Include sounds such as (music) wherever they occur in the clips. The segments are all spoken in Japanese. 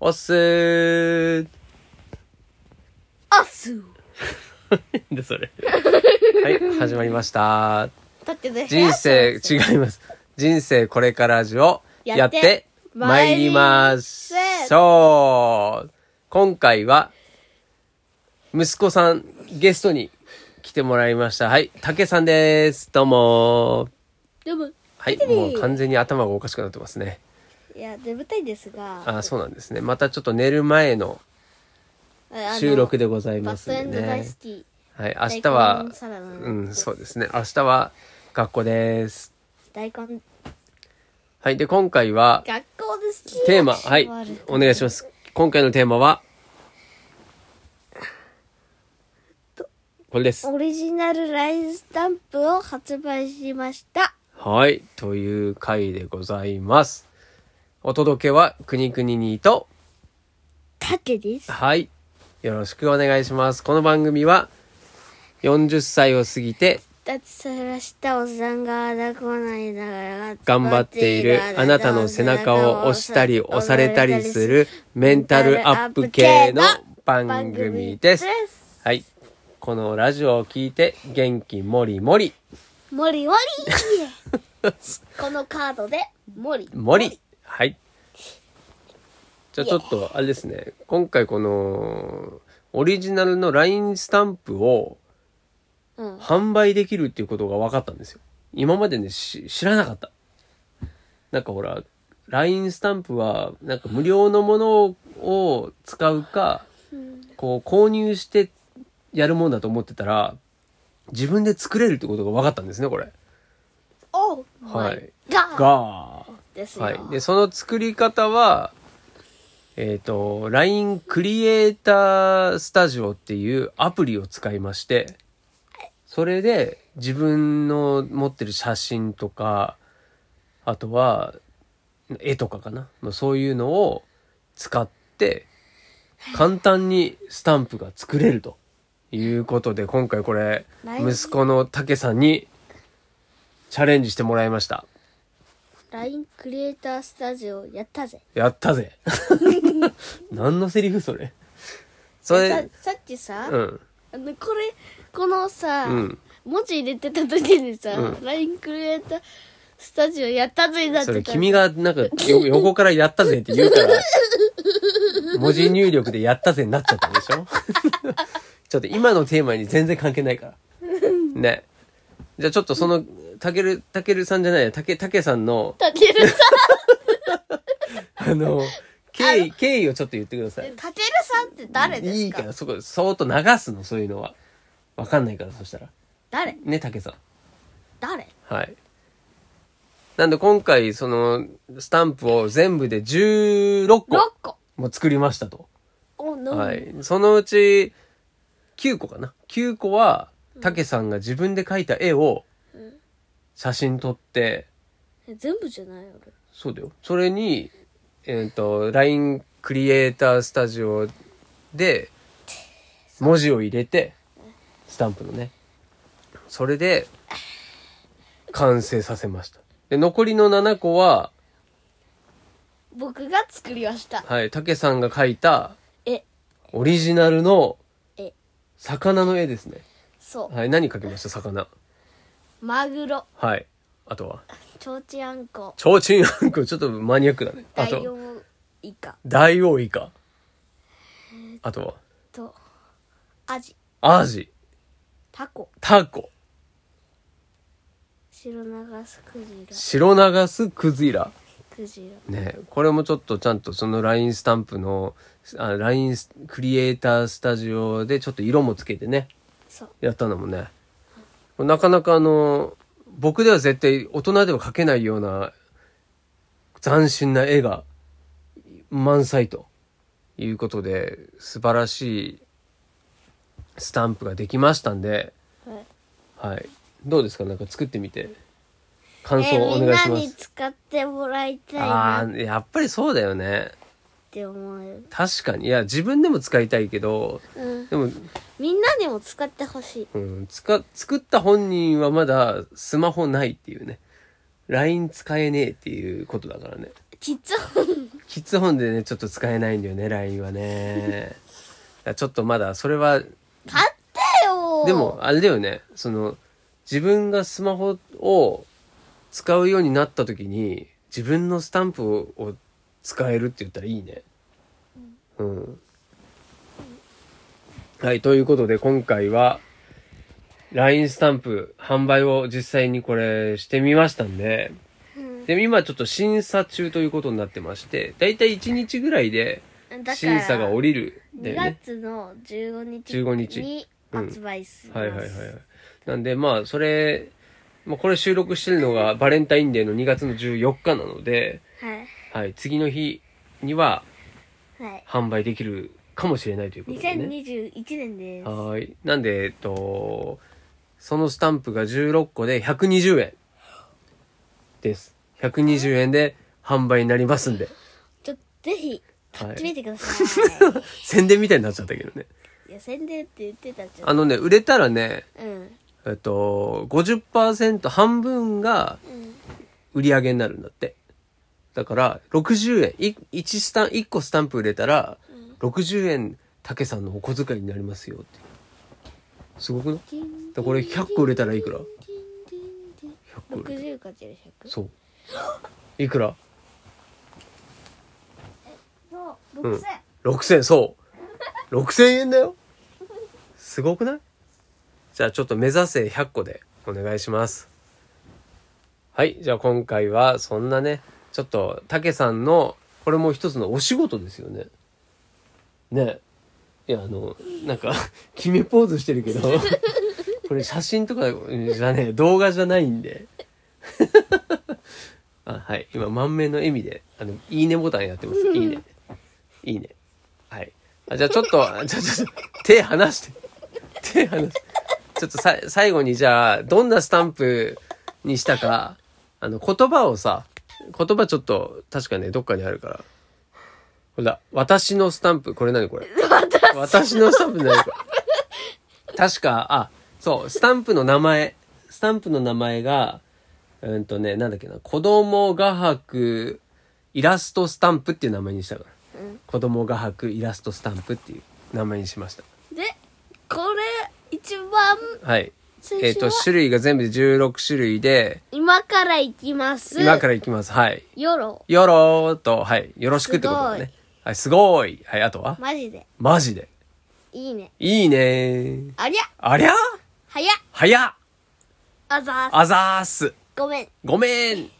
おっすー (laughs) あっすなんでそれ。はい、始まりました。だってね人生、部屋違います。人生これからじをややっっててまいりましょう。今回は、息子さん、ゲストに来てもらいました。はい、竹さんです。どうも。でもはい、見てねもう完全に頭がおかしくなってますね。いや眠たいですがあー、そうなんですね。またちょっと寝る前のあ収録ででございバますッドエんンでド大ね好。きはい、明日は大根サラダ、うん、そうですね。明日は学校です。大根はい、で、今回は、学校で好きテーマ、はい、お願いします。今回のテーマは、これです。オリジナルラインスタンプを発売しましたはい、という回でございます。お届けは、くにくににと、竹ですはい、よろしくお願いします。この番組は、40歳を過ぎてだってそれはしたおっさんがあだこないながら頑張っているあなたの背中を押したり押されたりするメンタルアップ系の番組です。はい。このラジオを聞いて元気もりもり、もりもり (laughs) このカードでもりもり。はい。じゃあちょっと、あれですね。今回この、オリジナルの LINE スタンプをうん販売できるっていうことが分かったんですよ。今までね、し知らなかった。なんかほら、LINE スタンプは、なんか無料のものを使うか、こう購入してやるもんだと思ってたら、自分で作れるってことが分かったんですね、これ。おはいがが、ですよ、はい。で、その作り方は、えっ、と、LINE クリエイタースタジオっていうアプリを使いまして、それで自分の持ってる写真とか、あとは絵とかかな。まあそういうのを使って、簡単にスタンプが作れるということで、今回これ、 LINE 息子のたけさんにチャレンジしてもらいました。 LINE クリエイタースタジオやったぜやった (laughs) ぜ。何のセリフそれ。それ、ささっきさ、うん。あのこれこのさ、うん文字入れてた時にさ、うん LINE クリエイタースタジオやったぜになっそてれた君がなんかよ横からやったぜって言うから、 (laughs) 文字入力でやったぜになっちゃったでしょ (laughs) ちょっと今のテーマに全然関係ないから。ね。じゃあちょっとその、たける、たけるさんじゃないや、たけ、たけさんの、たけるさあの、経緯、経緯をちょっと言ってくださいん。たけるさんって誰ですかいいから、そこ、そーっと流すの、そういうのは。わかんないから、そしたら。誰ね、たけさん。誰はい。なんで今回、その、スタンプを全部で16 ?6 個個も作りましたと。おの、はい。そのうち、9個かな。9個は、たけさんが自分で描いた絵を、写真撮って、え全部じゃない俺そうだよ。それに、えっ、と、LINE クリエイタースタジオで、文字を入れて、スタンプのね。それで、完成させました。で、残りの7個は、僕が作りましたはい、たけさんが描いた、えオリジナルのえ、魚の絵ですね。そうはい、何描きました魚。マグロはい。あとは、ちょうちんあんこちょうちんあんこ、ちょっとマニアックだね。あダイと、オウイカ大王イカ。あとは、とアジアジ。タコタコ、白長スクジラ白長すクジラ。クジラね、これもちょっとちゃんとその LINE スタンプの、あ LINE スクリエイタースタジオでちょっと色もつけてね、そうやったのもね。これなかなかあの、僕では絶対大人では描けないような斬新な絵が満載ということで、素晴らしいスタンプができましたんで、はいはい。どうですかなんか作ってみて。感想えをおみん願いなしまにす。使ってもらいたいあなあっー、やっぱりそうだよね。て思う、確かに。いや、自分でも使いたいけど、うん、でも、みんなにも使ってほしいうん、使、作った本人はまだスマホないっていうね。LINE 使えねえっていうことだからね。きついキッズフォンでね、ちょっと使えないんだよね、LINE は (laughs) ね。だからちょっとまだ、それは、買ってよでも、あれだよね、その、自分がスマホを使うようになった時に、自分のスタンプを使えるって言ったらいいね。うん。はい、ということで今回は、LINE スタンプ販売を実際にこれしてみましたんで、うんで、今ちょっと審査中ということになってまして、だいたい1日ぐらいでだから審査が降りるんだ2よね。月の15日15日にうん発売します、はいはいはいはい。なんでまあそれ、まあこれ収録してるのがバレンタインデーの2月の14日なので、ははいい、次の日にははい販売できるかもしれないということでね。 2021年ですはーい。なんで、えっと、そのスタンプが16個で120円です。120円で販売になりますんで。 (laughs) ちょっとぜひ買ってみてください、宣伝みたいになっちゃったけどね。い、や宣伝って言ってたじゃあんのね、売れたらね、うんえっと、50%、半分がうん売り上げになるんだって。だから、60円、1スタン、1個スタンプ売れたら、60円、竹さんのお小遣いになりますよって。すごくないだこれ100個売れたらいくら個売れた60かける100そう。いくらそううん6000そう6000円だよすごくないじゃあちょっと目指せ100個でお願いしますはいじゃあ今回はそんなねちょっとたけさんのこれも一つのお仕事ですよねねいやあのなんか (laughs) 決めポーズしてるけど (laughs) これ写真とかじゃねえ動画じゃないんで (laughs) あはい今満面の笑みであのいいねボタンやってますいいねいいね。はい。あじゃあちょっと、 (laughs) あじゃあちょっと、手離して。手離して。ちょっとさ、最後にじゃあ、どんなスタンプにしたか、あの、言葉をさ、言葉ちょっと、確かね、どっかにあるから。ほら、私のスタンプ、これ何これ私のスタンプ何これ確か、あ、そう、スタンプの名前。スタンプの名前が、うんとね、なんだっけな、子供画伯イラストスタンプっていう名前にしたから。うん子供画伯イラストスタンプっていう名前にしました。でこれ一番はい。最初はえっ、と、種類が全部で16種類で、今からいきます今からいきます。はい。よろよろーと、はい。よろしくってことだね。はい、すごい。はい、あとはマジでマジで。いいねいいねー。ありゃありゃ早っ早っあざーすあざーすごめんごめん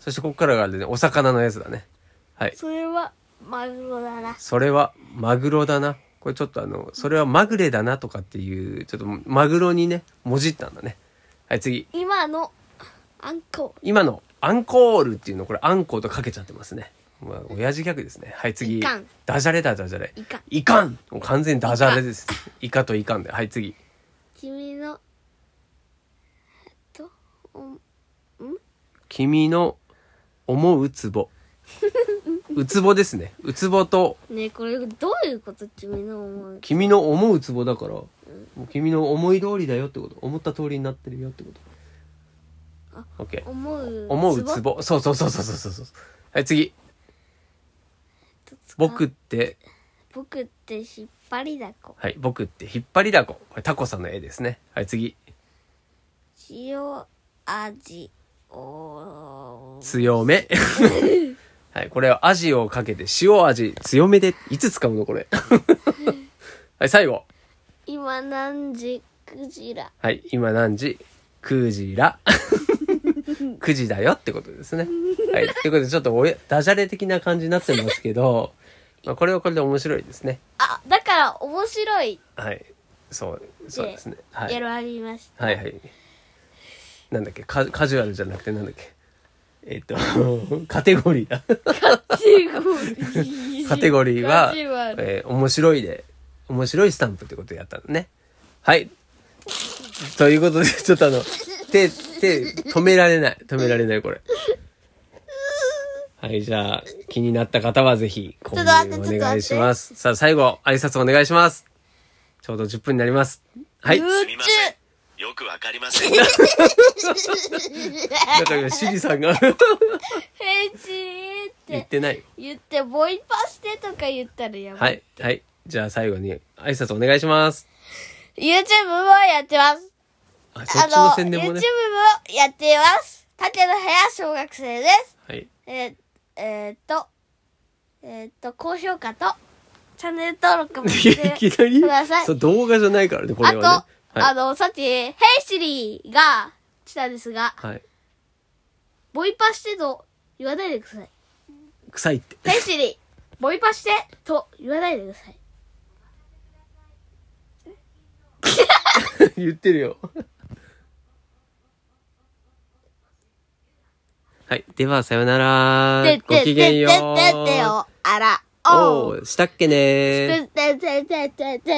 そしてここからがあれね、お魚のやつだね。はい。それはマグロだなそれはマグロだな。これちょっとあの、それはまぐれだなとかっていう、ちょっとマグロにね、もじったんだね。はい、次。今のあんこ今のアンコールっていうの、これアンコウとかけちゃってますね。まあ、親父ギャグですね。はい、次。いかんダジャレだ、ダジャレ。いかんいかんもう完全にダジャレです。イカといかんで。はい、次。君のえっとお君の思うツボ。うつぼですね。うつぼと、ねえこれどういうこと君の思う君の思うツボだから、もう君の思い通りだよってこと。思った通りになってるよってこと。オッケー。思う思うツ壺ボ。そうそうそうそうそうそう。はい、次。僕って、僕って引っ張りだこはい、僕って引っ張りだこ。これタコさんの絵ですね。はい、次。塩味お強 (laughs) め。はい、これはアジをかけて塩味強めで、いつ使うのこれ。 (laughs) はい、最後。今何時クジラはい、今何時 ?9 時ら。9時だよってことですね。はい、ということでちょっとおやダジャレ的な感じになってますけど、まあこれはこれで面白いですね。あだから面白いはい、そう、そうですね。はい。選び (laughs) ました、はいはい。なんだっけカカジュアルじゃなくてなんだっけえっ、と、 (laughs) カテゴリーだ。 (laughs) カテゴリーはカジュア、ルえー面白いで、面白いスタンプってことやったのね。はい。ということで、ちょっとあの、手、手、止められない。止められない、これ。はい、じゃあ、気になった方はぜひ、購ちょっと待って入お願いします。さあ、最後、挨拶お願いします。ちょうど10分になります。はい。ちょ宇すみません。よくわかりません。っと今、シリさんが宙へちーって言っ言っててない。言ってボイパしてとか言ったらやばいはい。はい。じゃあ最後に挨拶お願いします。 YouTube もやってます。あ、そあっちのの、宣伝 YouTube ももね。やっています。竹の部屋小学生です。はい。えー、えーっと、えーっと、高評価と、チャンネル登録もしいきてなりください。そう、動画じゃないからね、こあれと、はね。あはい。の、さっき、ヘイシリーが来たんですが、はい。ボイパしてと言わないでください。臭いって。ヘイシリー、ボイパしてと言わないでください。言ってるよ。はい。では、さよなら。ごきげんよう。てててててよ、あら、おおう。う、したっけねー。てててててて